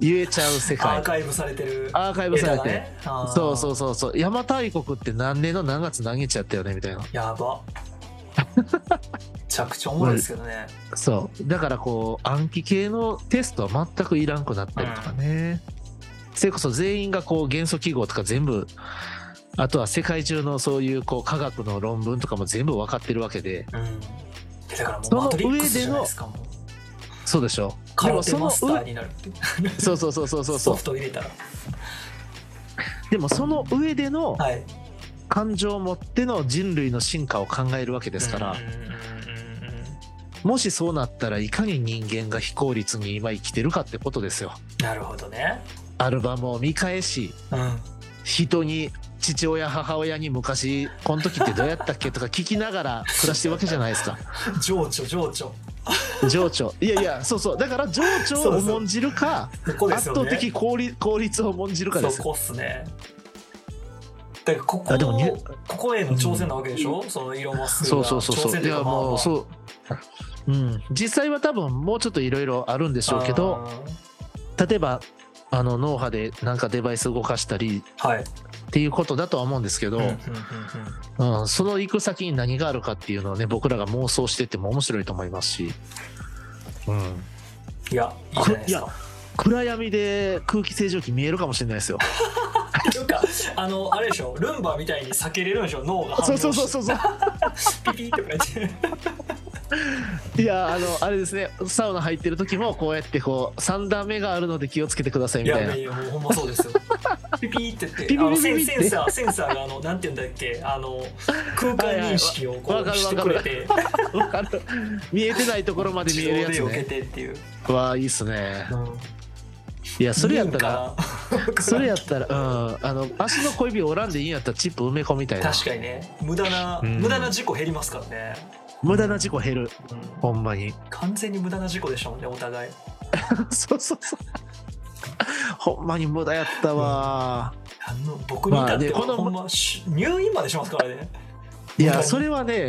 [SPEAKER 1] 言えちゃう世
[SPEAKER 2] アー
[SPEAKER 1] 界
[SPEAKER 2] カイブされてる
[SPEAKER 1] アーカイブされて、
[SPEAKER 2] データがね
[SPEAKER 1] そうそううそうそう邪馬台国って何年の何月何日やったよねみたいな
[SPEAKER 2] やばめちゃくちゃおもろいですけどね
[SPEAKER 1] そうだからこう暗記系のテストは全くいらんくなったりとかね、それこそ全員がこう元素記号とか全部あとは世界中のそういうこう科学の論文とかも全部分かってるわけで
[SPEAKER 2] うんだからも
[SPEAKER 1] そうの
[SPEAKER 2] マトリックスじゃないですかもう
[SPEAKER 1] そうでしょ
[SPEAKER 2] カ
[SPEAKER 1] で
[SPEAKER 2] ラ
[SPEAKER 1] も
[SPEAKER 2] テ
[SPEAKER 1] その
[SPEAKER 2] マスター
[SPEAKER 1] 上
[SPEAKER 2] になるって
[SPEAKER 1] そうそうそうそうそうそ
[SPEAKER 2] ソ
[SPEAKER 1] う
[SPEAKER 2] フト入れたら
[SPEAKER 1] でもその上での
[SPEAKER 2] はい
[SPEAKER 1] 感情を持っての人類の進化を考えるわけですから、
[SPEAKER 2] うんうんうんうんうん
[SPEAKER 1] もしそうなったらいかに人間が非効率に今生きてるかってことですよ。
[SPEAKER 2] なるほどね
[SPEAKER 1] アルバムを見返し
[SPEAKER 2] うん
[SPEAKER 1] 人に父親母親に昔この時ってどうやったっけとか聞きながら暮らしてるわけじゃない <laughs> ですか
[SPEAKER 2] 情緒情緒
[SPEAKER 1] 情緒いやいやそうそうだから情緒を重んじるか
[SPEAKER 2] そこです
[SPEAKER 1] 圧
[SPEAKER 2] よね
[SPEAKER 1] 倒的効率効率を重んじるかです
[SPEAKER 2] そ
[SPEAKER 1] よ
[SPEAKER 2] こっすねだからここ
[SPEAKER 1] あでもニュ
[SPEAKER 2] ここへの挑戦なわけでしょ、そのイーロン・マスク
[SPEAKER 1] そう
[SPEAKER 2] が
[SPEAKER 1] そうそうそう
[SPEAKER 2] 挑戦
[SPEAKER 1] い
[SPEAKER 2] とい
[SPEAKER 1] や
[SPEAKER 2] かまあま
[SPEAKER 1] も
[SPEAKER 2] あ
[SPEAKER 1] うそううん実際は多分もうちょっといろいろあるんでしょうけど例えばあの脳波でなんかデバイス動かしたり
[SPEAKER 2] あーはい
[SPEAKER 1] っていうことだとは思うんですけど、
[SPEAKER 2] うんうんうん
[SPEAKER 1] うん、その行く先に何があるかっていうのをね僕らが妄想してても面白いと思いますし、うん、
[SPEAKER 2] いやいいじゃないですか
[SPEAKER 1] 暗闇で空気清浄機見えるかもしれないです
[SPEAKER 2] <laughs>
[SPEAKER 1] よ
[SPEAKER 2] っていうかあのあれでしょルンバみたいに避けれるんでしょ脳が反
[SPEAKER 1] そ
[SPEAKER 2] 応
[SPEAKER 1] う
[SPEAKER 2] して
[SPEAKER 1] そうそうそうそう
[SPEAKER 2] ピピって感じ
[SPEAKER 1] <laughs> いやあのあれですねサウナ入ってる時もこうやってこう3段目があるので気をつけてください
[SPEAKER 2] い
[SPEAKER 1] みた
[SPEAKER 2] や
[SPEAKER 1] い
[SPEAKER 2] い
[SPEAKER 1] な
[SPEAKER 2] やいやもうほんまそうですよピピってっ
[SPEAKER 1] ピ
[SPEAKER 2] て
[SPEAKER 1] ピピピピって
[SPEAKER 2] あのセンセンサーセンサーがあのなんて言うんだっけあの空間認識をこ
[SPEAKER 1] はいはいうわ
[SPEAKER 2] してくれて
[SPEAKER 1] わかる <laughs> 見えてないところまで見
[SPEAKER 2] 自
[SPEAKER 1] える
[SPEAKER 2] 動
[SPEAKER 1] や
[SPEAKER 2] で
[SPEAKER 1] つ
[SPEAKER 2] 避け
[SPEAKER 1] ね
[SPEAKER 2] てっていう、
[SPEAKER 1] わあいいっすね
[SPEAKER 2] うん
[SPEAKER 1] いやそれやったら
[SPEAKER 2] ら
[SPEAKER 1] それやったらうんあの足の小指折らんでいいんやったらチップ埋め込みたいな
[SPEAKER 2] 確かにね無駄な、
[SPEAKER 1] うん
[SPEAKER 2] 無駄な事故減りますからね、
[SPEAKER 1] 無駄な事故減る
[SPEAKER 2] うん
[SPEAKER 1] ほんまに <laughs>
[SPEAKER 2] 完全に無駄な事故でしたもんねお互い
[SPEAKER 1] そうそうそう。ほんまに無駄やったわ。
[SPEAKER 2] あの僕に至って
[SPEAKER 1] ま
[SPEAKER 2] は
[SPEAKER 1] あねこの
[SPEAKER 2] ほんまし入院までしますからね
[SPEAKER 1] いや、それはね、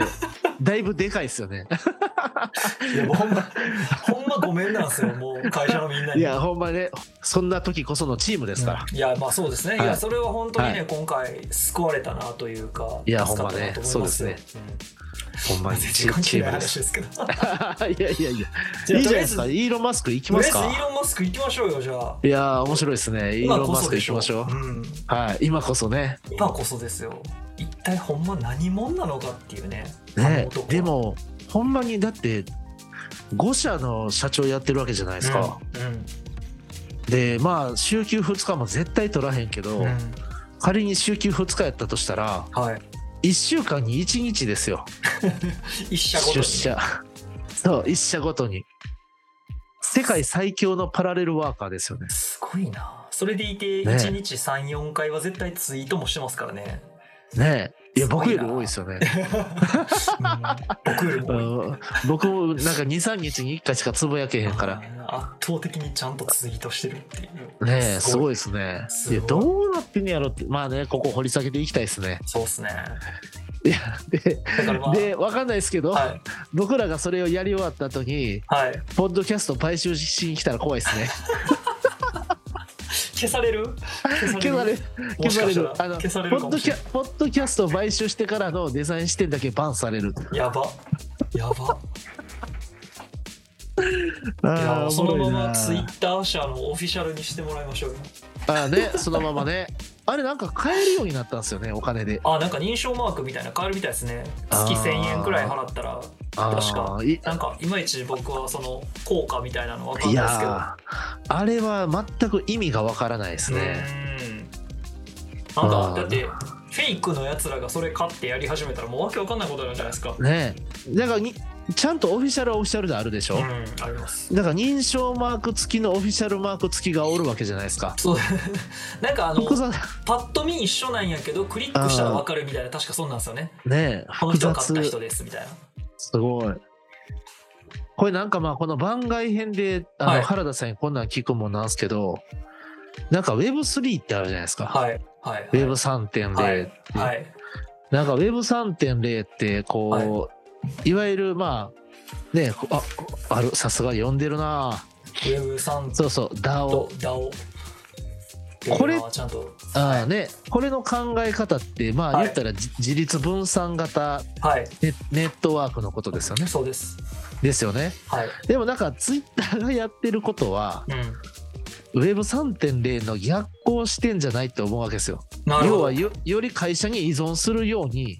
[SPEAKER 1] だいぶでかいですよね。
[SPEAKER 2] いやもうほんまほんまごめんなんですよもう会社のみんなに
[SPEAKER 1] いや、ほんまね、そんな時こそのチームですから。
[SPEAKER 2] いやまあそうですね、い、
[SPEAKER 1] は
[SPEAKER 2] や
[SPEAKER 1] い
[SPEAKER 2] それは本当にね、
[SPEAKER 1] は
[SPEAKER 2] 今回救われたなというか
[SPEAKER 1] いや
[SPEAKER 2] 助かったなと思います
[SPEAKER 1] ほんまねそう
[SPEAKER 2] よ
[SPEAKER 1] ですほん
[SPEAKER 2] う
[SPEAKER 1] ま
[SPEAKER 2] ん
[SPEAKER 1] に
[SPEAKER 2] 全
[SPEAKER 1] チ
[SPEAKER 2] 然関
[SPEAKER 1] チ
[SPEAKER 2] 係
[SPEAKER 1] ー
[SPEAKER 2] ない
[SPEAKER 1] ムです
[SPEAKER 2] 話。ですけどと
[SPEAKER 1] <laughs> いやいやいや、
[SPEAKER 2] じゃあ
[SPEAKER 1] いいじゃないですか。
[SPEAKER 2] と
[SPEAKER 1] イ
[SPEAKER 2] り
[SPEAKER 1] ーロン・マスク行き
[SPEAKER 2] あ
[SPEAKER 1] ま
[SPEAKER 2] えず
[SPEAKER 1] す
[SPEAKER 2] イー
[SPEAKER 1] か。
[SPEAKER 2] ロン・マスク行きましょうよじゃあ
[SPEAKER 1] いやー、面白いですね。イーロン・マスク
[SPEAKER 2] で
[SPEAKER 1] 行きましょう。
[SPEAKER 2] ん
[SPEAKER 1] はい、今こそね。
[SPEAKER 2] 今こそですよ一体ほんま何者なのかっていうねあの
[SPEAKER 1] ね
[SPEAKER 2] 男は、
[SPEAKER 1] でも、ほんまにだって、5社の社長やってるわけじゃないですか。で、まあ、週休2日も絶対取らへんけ
[SPEAKER 2] う
[SPEAKER 1] ど、
[SPEAKER 2] ん、うん
[SPEAKER 1] 仮に週休2日やったとしたら、
[SPEAKER 2] はい
[SPEAKER 1] 1週間に1日ですよ
[SPEAKER 2] 一社ごと
[SPEAKER 1] 出
[SPEAKER 2] に
[SPEAKER 1] 社そう1社ごとに世界最強のパラレルワーカーですよね
[SPEAKER 2] すごいなそれでいて
[SPEAKER 1] ね
[SPEAKER 2] 1日34回は絶対ツイートもしてますからね、
[SPEAKER 1] ねえいや
[SPEAKER 2] すごい
[SPEAKER 1] 僕
[SPEAKER 2] な
[SPEAKER 1] より多いですよね、
[SPEAKER 2] うん、僕よりも
[SPEAKER 1] う
[SPEAKER 2] 多い
[SPEAKER 1] ん、僕もなんか23日に1回しかつぶやけへんから
[SPEAKER 2] あー圧倒的にちゃんとツイートしてるっていう
[SPEAKER 1] ねえすごいですね
[SPEAKER 2] す
[SPEAKER 1] い
[SPEAKER 2] ごい
[SPEAKER 1] やどうなってんやろってまあねここ掘り下げていきたいですね
[SPEAKER 2] そうっすね
[SPEAKER 1] いやで
[SPEAKER 2] だからまあ
[SPEAKER 1] で分かんないですけど、
[SPEAKER 2] はい
[SPEAKER 1] 僕らがそれをやり終わった後に
[SPEAKER 2] はい
[SPEAKER 1] ポッドキャスト買収しに来たら怖い
[SPEAKER 2] <laughs>
[SPEAKER 1] ですね
[SPEAKER 2] 消される
[SPEAKER 1] 消される消
[SPEAKER 2] もし
[SPEAKER 1] さ
[SPEAKER 2] か
[SPEAKER 1] れ
[SPEAKER 2] した
[SPEAKER 1] る
[SPEAKER 2] ら
[SPEAKER 1] あの
[SPEAKER 2] 消される
[SPEAKER 1] ポ
[SPEAKER 2] か
[SPEAKER 1] ッ
[SPEAKER 2] も
[SPEAKER 1] ド
[SPEAKER 2] し
[SPEAKER 1] キ
[SPEAKER 2] れ
[SPEAKER 1] ャポッドキャストを買収してからのデザイン視点だけバンされる
[SPEAKER 2] やばやばい
[SPEAKER 1] ー
[SPEAKER 2] や
[SPEAKER 1] お
[SPEAKER 2] そ
[SPEAKER 1] もろ
[SPEAKER 2] の
[SPEAKER 1] いな
[SPEAKER 2] ままツイッター社のオフィシャルにしてもらいましょうよ
[SPEAKER 1] あーねそのままねあれなんか買えるようになったんですよねお金で
[SPEAKER 2] あなんか認証マークみたいな変わるみたいですね月
[SPEAKER 1] あー
[SPEAKER 2] 1000円くらい払ったら
[SPEAKER 1] あ
[SPEAKER 2] 確か
[SPEAKER 1] ーい
[SPEAKER 2] なんかいまいち僕はその効果みたいなの分かん
[SPEAKER 1] い
[SPEAKER 2] ないですけど
[SPEAKER 1] やーあれは全く意味がわからないですね、
[SPEAKER 2] うーんなん
[SPEAKER 1] あ
[SPEAKER 2] か
[SPEAKER 1] ー
[SPEAKER 2] だってフェイクのやつらがそれ買ってやり始めたらもうわけわかんないことになるんじゃないですか
[SPEAKER 1] ねだからにちゃんとオフィシャルはオフィシャルであるでしょ、
[SPEAKER 2] うんあります
[SPEAKER 1] だから認証マーク付きのオフィシャルマーク付きがおるわけじゃないですか
[SPEAKER 2] そう <laughs> なんかあの
[SPEAKER 1] 複雑
[SPEAKER 2] パッと見一緒なんやけどクリックしたらわかるみたいな確かそんなんですよね
[SPEAKER 1] ねえ
[SPEAKER 2] この
[SPEAKER 1] 複
[SPEAKER 2] 人が買った人
[SPEAKER 1] 雑
[SPEAKER 2] ですみたいな
[SPEAKER 1] すごいこれなんかまあこの番外編であの、
[SPEAKER 2] はい
[SPEAKER 1] 原田さんにこんなん聞くもんなんですけどなんか Web3 ってあるじゃないですか、
[SPEAKER 2] はいはいはい
[SPEAKER 1] Web3.0、
[SPEAKER 2] はいはい
[SPEAKER 1] なんか Web3.0 ってこう、い、わゆるまあねこああるさすが読んでるな
[SPEAKER 2] Web3
[SPEAKER 1] そうそう DAO
[SPEAKER 2] と DAO
[SPEAKER 1] これ
[SPEAKER 2] っていうのはちゃんと
[SPEAKER 1] あー、ね、これの考え方ってまあ
[SPEAKER 2] はい
[SPEAKER 1] 言ったらじ、自立分散型
[SPEAKER 2] はい
[SPEAKER 1] ネネットワークのことですよね
[SPEAKER 2] そうです
[SPEAKER 1] ですよね
[SPEAKER 2] はい
[SPEAKER 1] でもなんかツイッターがやってることは
[SPEAKER 2] うん
[SPEAKER 1] ウェブ3.0の逆行してんじゃないと思うわけですよ
[SPEAKER 2] なるほ
[SPEAKER 1] 要
[SPEAKER 2] ど
[SPEAKER 1] はよより会社に依存するように
[SPEAKER 2] うん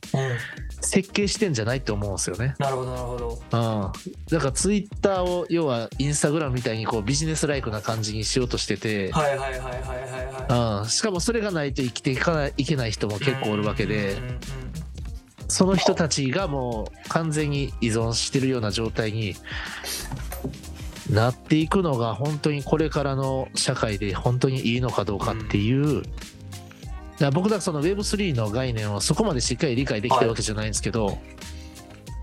[SPEAKER 1] 設計してんじゃないと思うんですよね
[SPEAKER 2] なるほどなるほど
[SPEAKER 1] うん、だからツイッターを要はインスタグラムみたいにこうビジネスライクな感じにしようとしてて、
[SPEAKER 2] はいはいはいはいはいは
[SPEAKER 1] うん、しかもそれがないと生きていかないいけない人も
[SPEAKER 2] い
[SPEAKER 1] 結構おるわけで
[SPEAKER 2] うんうんうん
[SPEAKER 1] その人たちがもう完全に依存してるような状態になっていくのが本当にこれからの社会で本当にいいのかどうかっていう、だから僕らその Web3 の概念をそこまでしっかり理解できてるわけじゃないんですけど、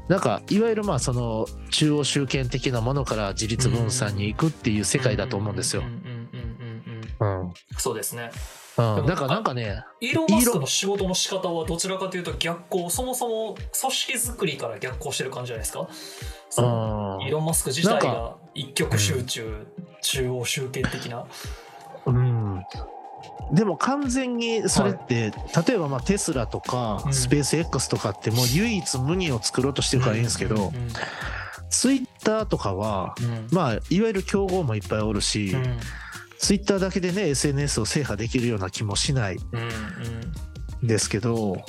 [SPEAKER 1] なんかいわゆるまあその中央集権的なものから自立分散に行くっていう世界だと思うんですよ
[SPEAKER 2] うん。うんうんうんうんうん
[SPEAKER 1] うん、うん、
[SPEAKER 2] そうですね
[SPEAKER 1] だからなんかね
[SPEAKER 2] イーロン・マスクの仕事の仕方はどちらかというと逆行そもそも組織作りから逆行してる感じじゃないですかそのイーロン・マスク自体
[SPEAKER 1] なん
[SPEAKER 2] が一極集中、中央集権的な
[SPEAKER 1] うん、でも完全にそれって、例えばまあテスラとか
[SPEAKER 2] うん
[SPEAKER 1] スペース X とかってもう唯一無二を作ろうとしてるからいいんですけど、
[SPEAKER 2] うんうん
[SPEAKER 1] ツイッターとかは、
[SPEAKER 2] うん
[SPEAKER 1] まあ、いわゆる競合もいっぱいおるし、
[SPEAKER 2] うん
[SPEAKER 1] ツイッターだけでね SNS を制覇できるような気もしない
[SPEAKER 2] うん
[SPEAKER 1] んですけど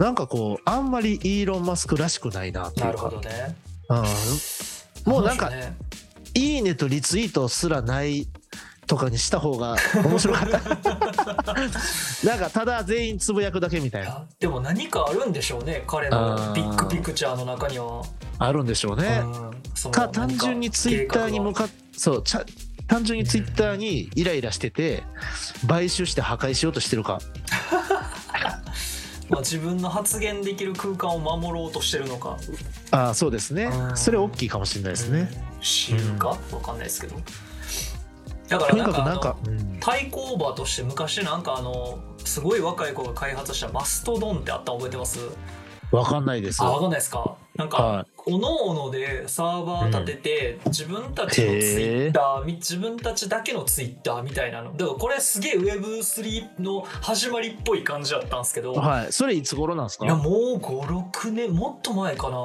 [SPEAKER 1] なんかこうあんまりイーロン・マスクらしくないなって
[SPEAKER 2] う
[SPEAKER 1] い
[SPEAKER 2] んな
[SPEAKER 1] う
[SPEAKER 2] るほ
[SPEAKER 1] か、
[SPEAKER 2] どね
[SPEAKER 1] うん、もうなんか
[SPEAKER 2] ね
[SPEAKER 1] 「いいね」とリツイートすらないとかにした方
[SPEAKER 2] <laughs>
[SPEAKER 1] が面白かったなんかただ全員つぶやくだけみたい
[SPEAKER 2] い
[SPEAKER 1] な
[SPEAKER 2] やでも何かあるんでしょうね彼のビッグピクチャーの中には、
[SPEAKER 1] あるんでしょうね、
[SPEAKER 2] うんその
[SPEAKER 1] か単純にツイッターに向
[SPEAKER 2] 何か
[SPEAKER 1] かっそうちゃ単純にツイッターにイライラしてて買収して破壊しようとしてるか
[SPEAKER 2] 計画がまあ、自分の発言できる空間を守ろうとしてるのか
[SPEAKER 1] ああそうですね
[SPEAKER 2] うん
[SPEAKER 1] それ大きいかもしれないですね、
[SPEAKER 2] うん知るか、わかんないですけどだから
[SPEAKER 1] とに
[SPEAKER 2] なん
[SPEAKER 1] か
[SPEAKER 2] か
[SPEAKER 1] くなんか
[SPEAKER 2] あの対抗馬として昔なんかあのすごい若い子が開発したマストドンってあったの覚えてます
[SPEAKER 1] 分かんないです
[SPEAKER 2] あわかんないですかなんか、
[SPEAKER 1] は
[SPEAKER 2] おのおのでサーバー立てて、自分たちのツイッターみ自分たちだけのツイッターみたいなのだからこれすげえ Web3 の始まりっぽい感じだったんですけど、
[SPEAKER 1] はいそれいつ頃なんです
[SPEAKER 2] いや
[SPEAKER 1] か
[SPEAKER 2] もう56年もっと前かな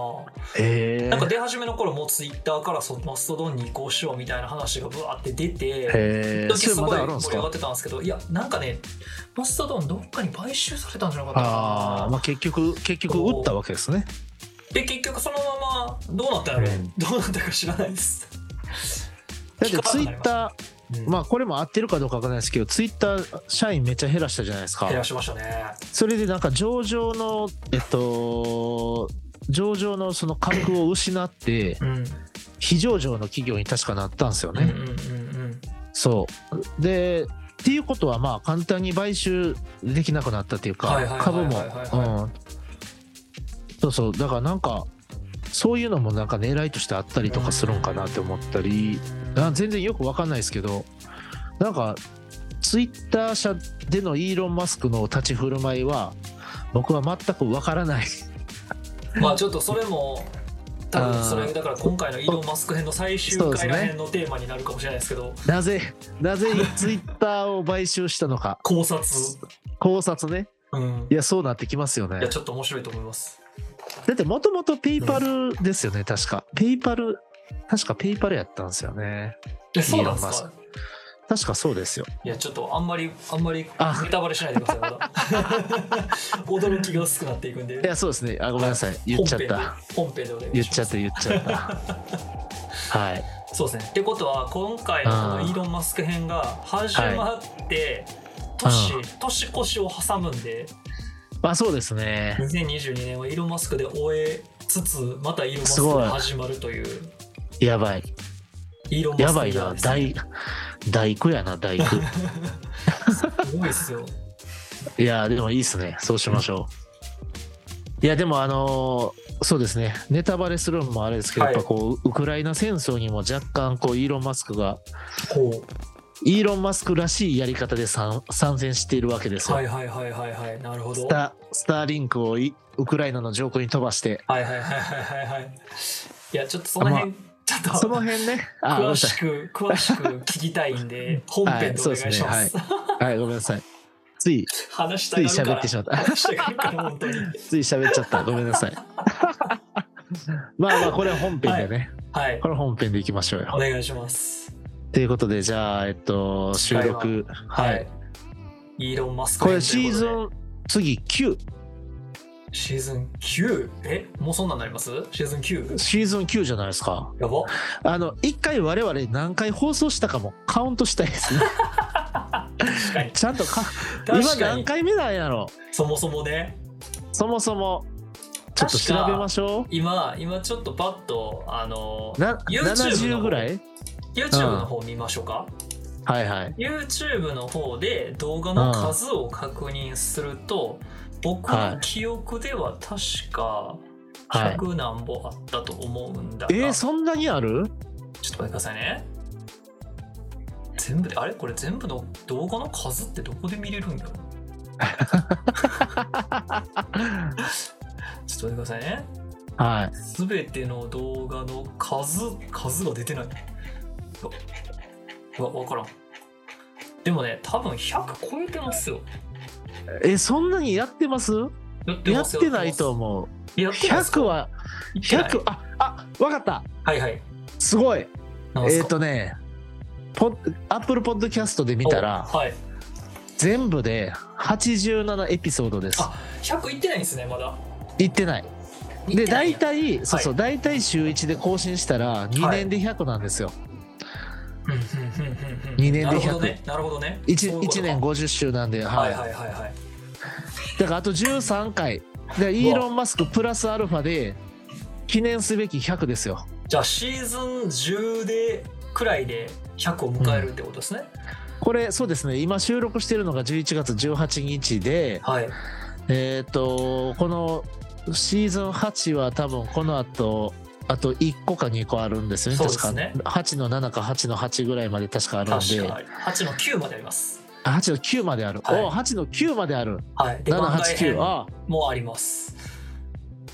[SPEAKER 1] へ
[SPEAKER 2] なんか出始めの頃もツイッターからそマストドンに移行しようみたいな話がブワーって出て、
[SPEAKER 1] え
[SPEAKER 2] 時
[SPEAKER 1] それ
[SPEAKER 2] す
[SPEAKER 1] ま
[SPEAKER 2] ごい
[SPEAKER 1] だあるんで
[SPEAKER 2] 盛
[SPEAKER 1] す
[SPEAKER 2] り上がっ
[SPEAKER 1] か
[SPEAKER 2] てたんですけど、いや、なんかね、マストドンどっかに買収されたんじゃなかった
[SPEAKER 1] ああ
[SPEAKER 2] か
[SPEAKER 1] ま
[SPEAKER 2] な。
[SPEAKER 1] あ結局結局打ったわけですね
[SPEAKER 2] で、結局そのままどうなったんやろ、
[SPEAKER 1] うん
[SPEAKER 2] どうなったか知らないです。
[SPEAKER 1] だってツイッター、まあこれも合ってるかどうかわかんないですけど、ツイッター社員めっちゃ減らしたじゃないですか
[SPEAKER 2] 減。らしましたね。
[SPEAKER 1] それでなんか上場の、えっと、上場のその格を失って、
[SPEAKER 2] うん。うん
[SPEAKER 1] 非上場の企業に確かなったんですよ
[SPEAKER 2] うん
[SPEAKER 1] ね。そう。で、っていうことはまあ簡単に買収できなくなったっていう
[SPEAKER 2] はいはい
[SPEAKER 1] か、
[SPEAKER 2] はい
[SPEAKER 1] 株
[SPEAKER 2] はいはい
[SPEAKER 1] も。うん。そうそう。だからなんか、そういうのもなんか狙いとしてあったりとかするんかなって思ったり。
[SPEAKER 2] うん
[SPEAKER 1] あ全然よくわかんないですけどなんかツイッター社でのイーロン・マスクの立ち振る舞いは僕は全くわからない。 <laughs>
[SPEAKER 2] まあちょっとそれも多分それだから今回のイーロン・マスク編の最終回らへんのテーマになるかもしれないですけど
[SPEAKER 1] なぜ、なぜツイッターを買収したのか。
[SPEAKER 2] 考察
[SPEAKER 1] 考察ね。
[SPEAKER 2] うん
[SPEAKER 1] いや、そうなってきますよね
[SPEAKER 2] いや。ちょっと面白いと思います
[SPEAKER 1] だってもともとペイパルですよね、確か。ペイパル、確かペイパルやったんですよね。
[SPEAKER 2] えそうなんです
[SPEAKER 1] イーロン
[SPEAKER 2] か
[SPEAKER 1] 確かそうですよ。
[SPEAKER 2] いやちょっとあんまりあんまり
[SPEAKER 1] あ
[SPEAKER 2] ネタバレしないでくださいまだ <laughs> 驚きが薄くなっていくんで
[SPEAKER 1] いや、そうですね。あ、ごめんなさい。言っちゃった。
[SPEAKER 2] 本編で本編でお願いし
[SPEAKER 1] 言っ
[SPEAKER 2] ます
[SPEAKER 1] ちゃった、言っちゃった。はい。
[SPEAKER 2] そうですね。ってことは今回のこのイーロン・マスク編が始まって年、年越しを挟むんで
[SPEAKER 1] まあそうですね。
[SPEAKER 2] 2022年はイーロン・マスクで終えつつまたイーロン・マス
[SPEAKER 1] す
[SPEAKER 2] ク
[SPEAKER 1] ごい
[SPEAKER 2] が始まるという
[SPEAKER 1] やばい。
[SPEAKER 2] イーロン・マ
[SPEAKER 1] や
[SPEAKER 2] スク
[SPEAKER 1] ばいな。
[SPEAKER 2] ですね
[SPEAKER 1] 大、大工やな、大工。
[SPEAKER 2] すごいですよ。
[SPEAKER 1] いや、でもいいっすね。そうしましょう。いや、でもあのーそうですね。ネタバレするのもあれですけど、
[SPEAKER 2] はい
[SPEAKER 1] やっぱこう、ウクライナ戦争にも若干、こう、イーロン・マスクが、
[SPEAKER 2] こ
[SPEAKER 1] イーロン・マスクらしいやり方で参参戦しているわけです
[SPEAKER 2] う
[SPEAKER 1] よ。
[SPEAKER 2] はいはいはいはいはいなるほど。
[SPEAKER 1] ス
[SPEAKER 2] はい
[SPEAKER 1] タスターリンクをいウクライナの上空に飛ばして、
[SPEAKER 2] はいはいはいはいはい。いやちょっとその辺、ちょっと
[SPEAKER 1] その辺ね、あ、ごめん
[SPEAKER 2] 詳
[SPEAKER 1] な
[SPEAKER 2] し
[SPEAKER 1] さ
[SPEAKER 2] く詳しく聞きたいんで本編でお願いします。
[SPEAKER 1] はいそうですねい。はい、ごめんなさい。つい、
[SPEAKER 2] 話した
[SPEAKER 1] つい
[SPEAKER 2] いか
[SPEAKER 1] 喋っ
[SPEAKER 2] ら
[SPEAKER 1] てしまった。
[SPEAKER 2] 話したがるから本当に。
[SPEAKER 1] つい喋っちゃった。ごめんなさい。 <laughs> まあまあ、これは本編でね。
[SPEAKER 2] は
[SPEAKER 1] <laughs>
[SPEAKER 2] い
[SPEAKER 1] これは本編でいきましょう
[SPEAKER 2] お
[SPEAKER 1] よ。
[SPEAKER 2] 願いします。
[SPEAKER 1] ということで、じゃあ、えっと、収録。はい。
[SPEAKER 2] はい。イーロン・マスク
[SPEAKER 1] こ
[SPEAKER 2] 編
[SPEAKER 1] れシーズ
[SPEAKER 2] というこ
[SPEAKER 1] ン、次9。
[SPEAKER 2] とでシーズン 9? えもうそんなんなりますシーズン 9?
[SPEAKER 1] シーズン9じゃないですか。
[SPEAKER 2] やば
[SPEAKER 1] あの、一回我々何回放送したかもカウントしたいです
[SPEAKER 2] <laughs>
[SPEAKER 1] ね。
[SPEAKER 2] 確かに
[SPEAKER 1] ちゃんとか、 <laughs> 今
[SPEAKER 2] 確か
[SPEAKER 1] 何
[SPEAKER 2] に
[SPEAKER 1] 回目なんやろ
[SPEAKER 2] そもそもね
[SPEAKER 1] そもそも、ちょっと調べましょ
[SPEAKER 2] 今今ちょっとパッとあの
[SPEAKER 1] う。な
[SPEAKER 2] YouTube の
[SPEAKER 1] 70ぐらい
[SPEAKER 2] YouTube の方見ましょうか、
[SPEAKER 1] はいはい。
[SPEAKER 2] YouTube の方で動画の数を確認すると、僕
[SPEAKER 1] は
[SPEAKER 2] の
[SPEAKER 1] い
[SPEAKER 2] 記憶では確か
[SPEAKER 1] はい
[SPEAKER 2] 100何本あったと思うんだが、
[SPEAKER 1] えー、そんなにある
[SPEAKER 2] ちょっと待ってくださいね。全部で、あれこれ全部の動画の数ってどこで見れるんだ
[SPEAKER 1] <laughs>
[SPEAKER 2] ろうちょっと待ってくださいね。
[SPEAKER 1] はい。
[SPEAKER 2] すべての動画の数、数が出てない。うわ、わからん。でもね、多分100超えてますよ。
[SPEAKER 1] え、そんなにやってます
[SPEAKER 2] やって
[SPEAKER 1] や
[SPEAKER 2] ま
[SPEAKER 1] っ
[SPEAKER 2] すよ
[SPEAKER 1] てないと。思う。
[SPEAKER 2] やってないですか
[SPEAKER 1] 100は、
[SPEAKER 2] いってない
[SPEAKER 1] 100、あ、あ、わかった。
[SPEAKER 2] はいはい。
[SPEAKER 1] すごい。
[SPEAKER 2] なんす
[SPEAKER 1] えっ、
[SPEAKER 2] か
[SPEAKER 1] とね、ポアップルポッドキャストで見たら、
[SPEAKER 2] おはい。
[SPEAKER 1] 全部で87エピソードです。
[SPEAKER 2] あ100いってないんですね、まだ。
[SPEAKER 1] 行ってない。
[SPEAKER 2] い
[SPEAKER 1] で、
[SPEAKER 2] ってない
[SPEAKER 1] 大体、そうそう、大体週1で更新したら、2年で100なんですよ。
[SPEAKER 2] うんうんうんうんうん
[SPEAKER 1] 二年で
[SPEAKER 2] なるほどね。なるほどね。そうい
[SPEAKER 1] 1,
[SPEAKER 2] うことか
[SPEAKER 1] 年50週なんで、は。
[SPEAKER 2] はいいはいはいはい。
[SPEAKER 1] だからあと13回。で、イーロン・マスクプラスアルファで、記念すべき100ですよ。
[SPEAKER 2] じゃあシーズン10でくらいで100を迎えるってことですね。
[SPEAKER 1] これそうですね今収録してるのが11月18日で
[SPEAKER 2] はい。
[SPEAKER 1] えっ、とこのシーズン8は多分この後あと1個か2個あるんですよね
[SPEAKER 2] そうですね
[SPEAKER 1] 確か8の7か8の8ぐらいまで確かあるん
[SPEAKER 2] 確
[SPEAKER 1] で
[SPEAKER 2] か8の9まであります。
[SPEAKER 1] あ8の9まである、
[SPEAKER 2] はい
[SPEAKER 1] お8の9まである
[SPEAKER 2] はい。で、番外編
[SPEAKER 1] 789あ
[SPEAKER 2] もあります。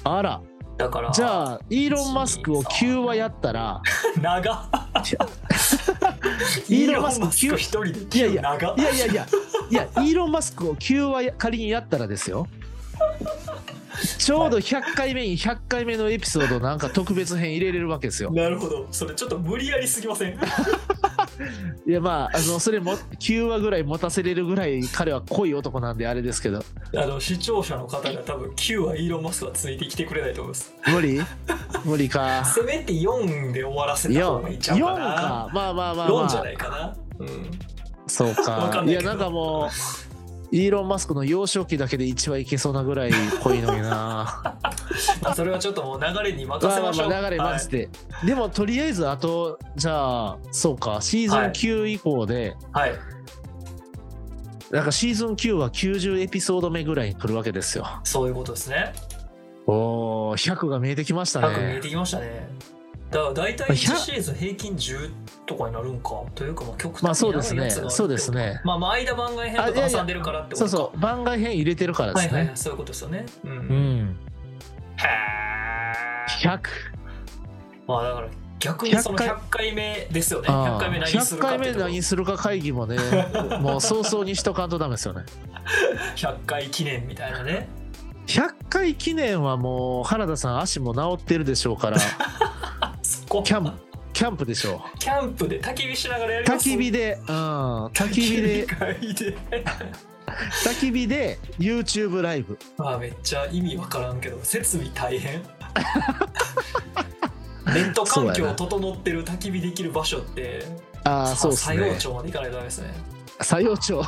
[SPEAKER 1] あら
[SPEAKER 2] だから、
[SPEAKER 1] じゃあイーロン・マスクを9はやったら
[SPEAKER 2] <laughs> 長っ。
[SPEAKER 1] イーロンマスク
[SPEAKER 2] イーロ一人で9
[SPEAKER 1] いやいや
[SPEAKER 2] 長っ
[SPEAKER 1] いやいやいやいやイーロン・マスクを9はや仮にやったらですよちょうど100回目に100回目のエピソードなんか特別編入れれるわけですよ
[SPEAKER 2] なるほど。それちょっと無理やりすぎません。 <laughs>
[SPEAKER 1] いやまああのそれも9話ぐらい持たせれるぐらい彼は濃い男なんであれですけど
[SPEAKER 2] あの、視聴者の方が多分9はイーロン・マスクはついてきてくれないと思います。
[SPEAKER 1] 無理無理か
[SPEAKER 2] せめて4で終わらせた方がいいんちゃう
[SPEAKER 1] 44
[SPEAKER 2] かな。
[SPEAKER 1] かまあまあまあ、ま
[SPEAKER 2] 4じゃ
[SPEAKER 1] あ
[SPEAKER 2] な、いかな。うん。
[SPEAKER 1] そう
[SPEAKER 2] わ
[SPEAKER 1] か
[SPEAKER 2] かん
[SPEAKER 1] い
[SPEAKER 2] ないけど
[SPEAKER 1] やなんかもうイーロン・マスクの幼少期だけで1話いけそうなぐらい濃いのにな
[SPEAKER 2] まあそれはちょっともう流れに任
[SPEAKER 1] まあ
[SPEAKER 2] せ
[SPEAKER 1] ま
[SPEAKER 2] ま
[SPEAKER 1] あ
[SPEAKER 2] しょう。
[SPEAKER 1] まあ流れマジで、でもとりあえずあとじゃあそうかシーズン
[SPEAKER 2] はい
[SPEAKER 1] 9以降で、
[SPEAKER 2] はい。はい
[SPEAKER 1] なんかシーズン9は90エピソード目ぐらいに来るわけですよ
[SPEAKER 2] そういうことですね。
[SPEAKER 1] おー100が見えてきました
[SPEAKER 2] 100見え
[SPEAKER 1] ね
[SPEAKER 2] てきましたね。だから大体
[SPEAKER 1] まあ
[SPEAKER 2] 1
[SPEAKER 1] ひゃ
[SPEAKER 2] シーズン平均10とかになるんかというかまあ極
[SPEAKER 1] まあ
[SPEAKER 2] 端
[SPEAKER 1] そ
[SPEAKER 2] に
[SPEAKER 1] うで
[SPEAKER 2] な
[SPEAKER 1] す
[SPEAKER 2] るや
[SPEAKER 1] ね
[SPEAKER 2] つがあるってこと
[SPEAKER 1] そうですね
[SPEAKER 2] まあまあ間番外編
[SPEAKER 1] あ
[SPEAKER 2] と
[SPEAKER 1] いや
[SPEAKER 2] か
[SPEAKER 1] いや
[SPEAKER 2] 挟んでるからってこと
[SPEAKER 1] そう
[SPEAKER 2] か
[SPEAKER 1] そう番外編入れてるからで
[SPEAKER 2] はい
[SPEAKER 1] す
[SPEAKER 2] はいは
[SPEAKER 1] ね
[SPEAKER 2] いそういうことですよねうん、
[SPEAKER 1] う
[SPEAKER 2] へ
[SPEAKER 1] ん
[SPEAKER 2] え
[SPEAKER 1] 100
[SPEAKER 2] まあだから逆にその
[SPEAKER 1] 100回
[SPEAKER 2] 100回目ですよね
[SPEAKER 1] あ
[SPEAKER 2] 100回目何す
[SPEAKER 1] 100
[SPEAKER 2] るかっ
[SPEAKER 1] 回
[SPEAKER 2] て
[SPEAKER 1] 目
[SPEAKER 2] とこ
[SPEAKER 1] 何するか会議
[SPEAKER 2] <laughs>
[SPEAKER 1] もねもう早々にしとかんとダメですよね
[SPEAKER 2] 100回記念みたいなね
[SPEAKER 1] 100回記念はもう原田さん足も治ってるでしょう
[SPEAKER 2] <laughs>
[SPEAKER 1] から
[SPEAKER 2] そこ
[SPEAKER 1] キャンキャンプでしょ
[SPEAKER 2] キャンプで焚き火しながらや
[SPEAKER 1] う
[SPEAKER 2] ります
[SPEAKER 1] 焚き火でうん焚き火
[SPEAKER 2] <laughs>
[SPEAKER 1] で
[SPEAKER 2] 焚き火で
[SPEAKER 1] 焚き火で YouTube ライブ
[SPEAKER 2] まあめっちゃ意味わからんけど設備
[SPEAKER 1] <laughs>
[SPEAKER 2] 大変ネット環境整ってる焚き火できる場所って
[SPEAKER 1] ああそうです
[SPEAKER 2] 作用
[SPEAKER 1] ね
[SPEAKER 2] 町まで行かないとダメですね
[SPEAKER 1] 佐用町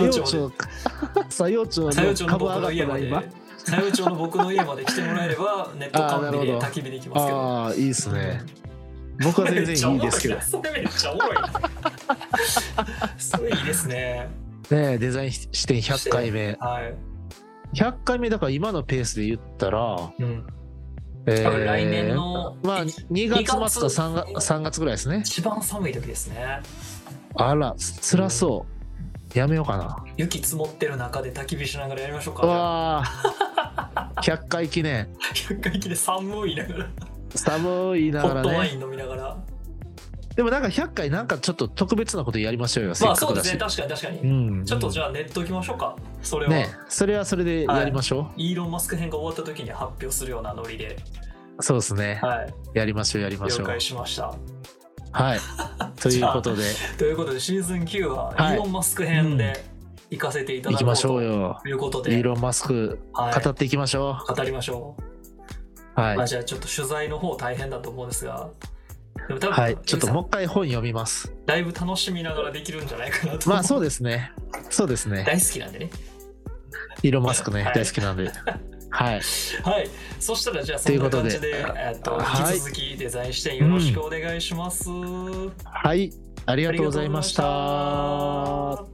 [SPEAKER 1] 佐用
[SPEAKER 2] 用町
[SPEAKER 1] 町佐用町
[SPEAKER 2] 作用町
[SPEAKER 1] の
[SPEAKER 2] の
[SPEAKER 1] 株上が
[SPEAKER 2] 僕の
[SPEAKER 1] った
[SPEAKER 2] 家ま
[SPEAKER 1] な
[SPEAKER 2] で
[SPEAKER 1] 今
[SPEAKER 2] 作用町の僕の家まで来てもらえればネット
[SPEAKER 1] あーな
[SPEAKER 2] カ
[SPEAKER 1] る
[SPEAKER 2] ンペ
[SPEAKER 1] ほ
[SPEAKER 2] で
[SPEAKER 1] ど
[SPEAKER 2] 焚き火できますけど
[SPEAKER 1] ああいいですね僕は全然いいですけど
[SPEAKER 2] めっちゃおもろいな <laughs> それめっちゃおもろいなそれいいですね
[SPEAKER 1] ねデザイン視点100回目
[SPEAKER 2] はい、
[SPEAKER 1] 100回目だから今のペースで言ったら、
[SPEAKER 2] うん、
[SPEAKER 1] え
[SPEAKER 2] 多分来年の
[SPEAKER 1] まあ2月末か 3, が3月ぐらいですね
[SPEAKER 2] 一番寒い時ですね
[SPEAKER 1] あら辛そうやめようかな
[SPEAKER 2] 雪積もってる中で焚き火しながらやりましょう
[SPEAKER 1] う
[SPEAKER 2] か
[SPEAKER 1] わ
[SPEAKER 2] <laughs>
[SPEAKER 1] あ100回記念
[SPEAKER 2] 100回記で寒いながら
[SPEAKER 1] 寒いな
[SPEAKER 2] ホ
[SPEAKER 1] が
[SPEAKER 2] ッ
[SPEAKER 1] ら
[SPEAKER 2] トワイ
[SPEAKER 1] ね
[SPEAKER 2] ン飲みながら
[SPEAKER 1] でもなんか100回なんかちょっと特別なことやりましょうよせ
[SPEAKER 2] ま
[SPEAKER 1] っ
[SPEAKER 2] あ
[SPEAKER 1] か
[SPEAKER 2] そ
[SPEAKER 1] く
[SPEAKER 2] うで
[SPEAKER 1] だ
[SPEAKER 2] す
[SPEAKER 1] し
[SPEAKER 2] ね確かに確かに、
[SPEAKER 1] うん
[SPEAKER 2] ちょっとじゃあネット置きましょうかそれは、
[SPEAKER 1] ねそれはそれでやりましょう、
[SPEAKER 2] イーロン・マスク編が終わった時に発表するようなノリで、
[SPEAKER 1] そうですね
[SPEAKER 2] はい、
[SPEAKER 1] やりましょうやりまし
[SPEAKER 2] 了
[SPEAKER 1] ょう
[SPEAKER 2] 解しました <laughs>
[SPEAKER 1] はいということで
[SPEAKER 2] ということでシーズン9はイ
[SPEAKER 1] はい
[SPEAKER 2] ーロン・マスク編で行かせていた
[SPEAKER 1] 行
[SPEAKER 2] だ
[SPEAKER 1] き
[SPEAKER 2] こう
[SPEAKER 1] ましょ
[SPEAKER 2] と
[SPEAKER 1] うよ
[SPEAKER 2] いうこと
[SPEAKER 1] イ
[SPEAKER 2] で、
[SPEAKER 1] ーロン・マスク
[SPEAKER 2] はい、
[SPEAKER 1] 語っていきましょ
[SPEAKER 2] 語りましょう、
[SPEAKER 1] うはい、
[SPEAKER 2] ま
[SPEAKER 1] は
[SPEAKER 2] あ、
[SPEAKER 1] い
[SPEAKER 2] じゃあちょっと取材の方大変だと思うんですがでも多分、
[SPEAKER 1] ちょっともう一回本読みます
[SPEAKER 2] だいぶ楽しみながらできるんじゃないかなと
[SPEAKER 1] まあそうですねそうですね
[SPEAKER 2] 大好きなんでね
[SPEAKER 1] イーロン・マスクね、
[SPEAKER 2] はい
[SPEAKER 1] 大好きなんではい
[SPEAKER 2] はいそしたらじゃあそ
[SPEAKER 1] とい
[SPEAKER 2] ん
[SPEAKER 1] う
[SPEAKER 2] な
[SPEAKER 1] こと
[SPEAKER 2] 感
[SPEAKER 1] で
[SPEAKER 2] じでえっと
[SPEAKER 1] はい
[SPEAKER 2] 引き続きデザイン視点よろしくお願いします、
[SPEAKER 1] はいあり
[SPEAKER 2] あ
[SPEAKER 1] がとうございました
[SPEAKER 2] りがとうございました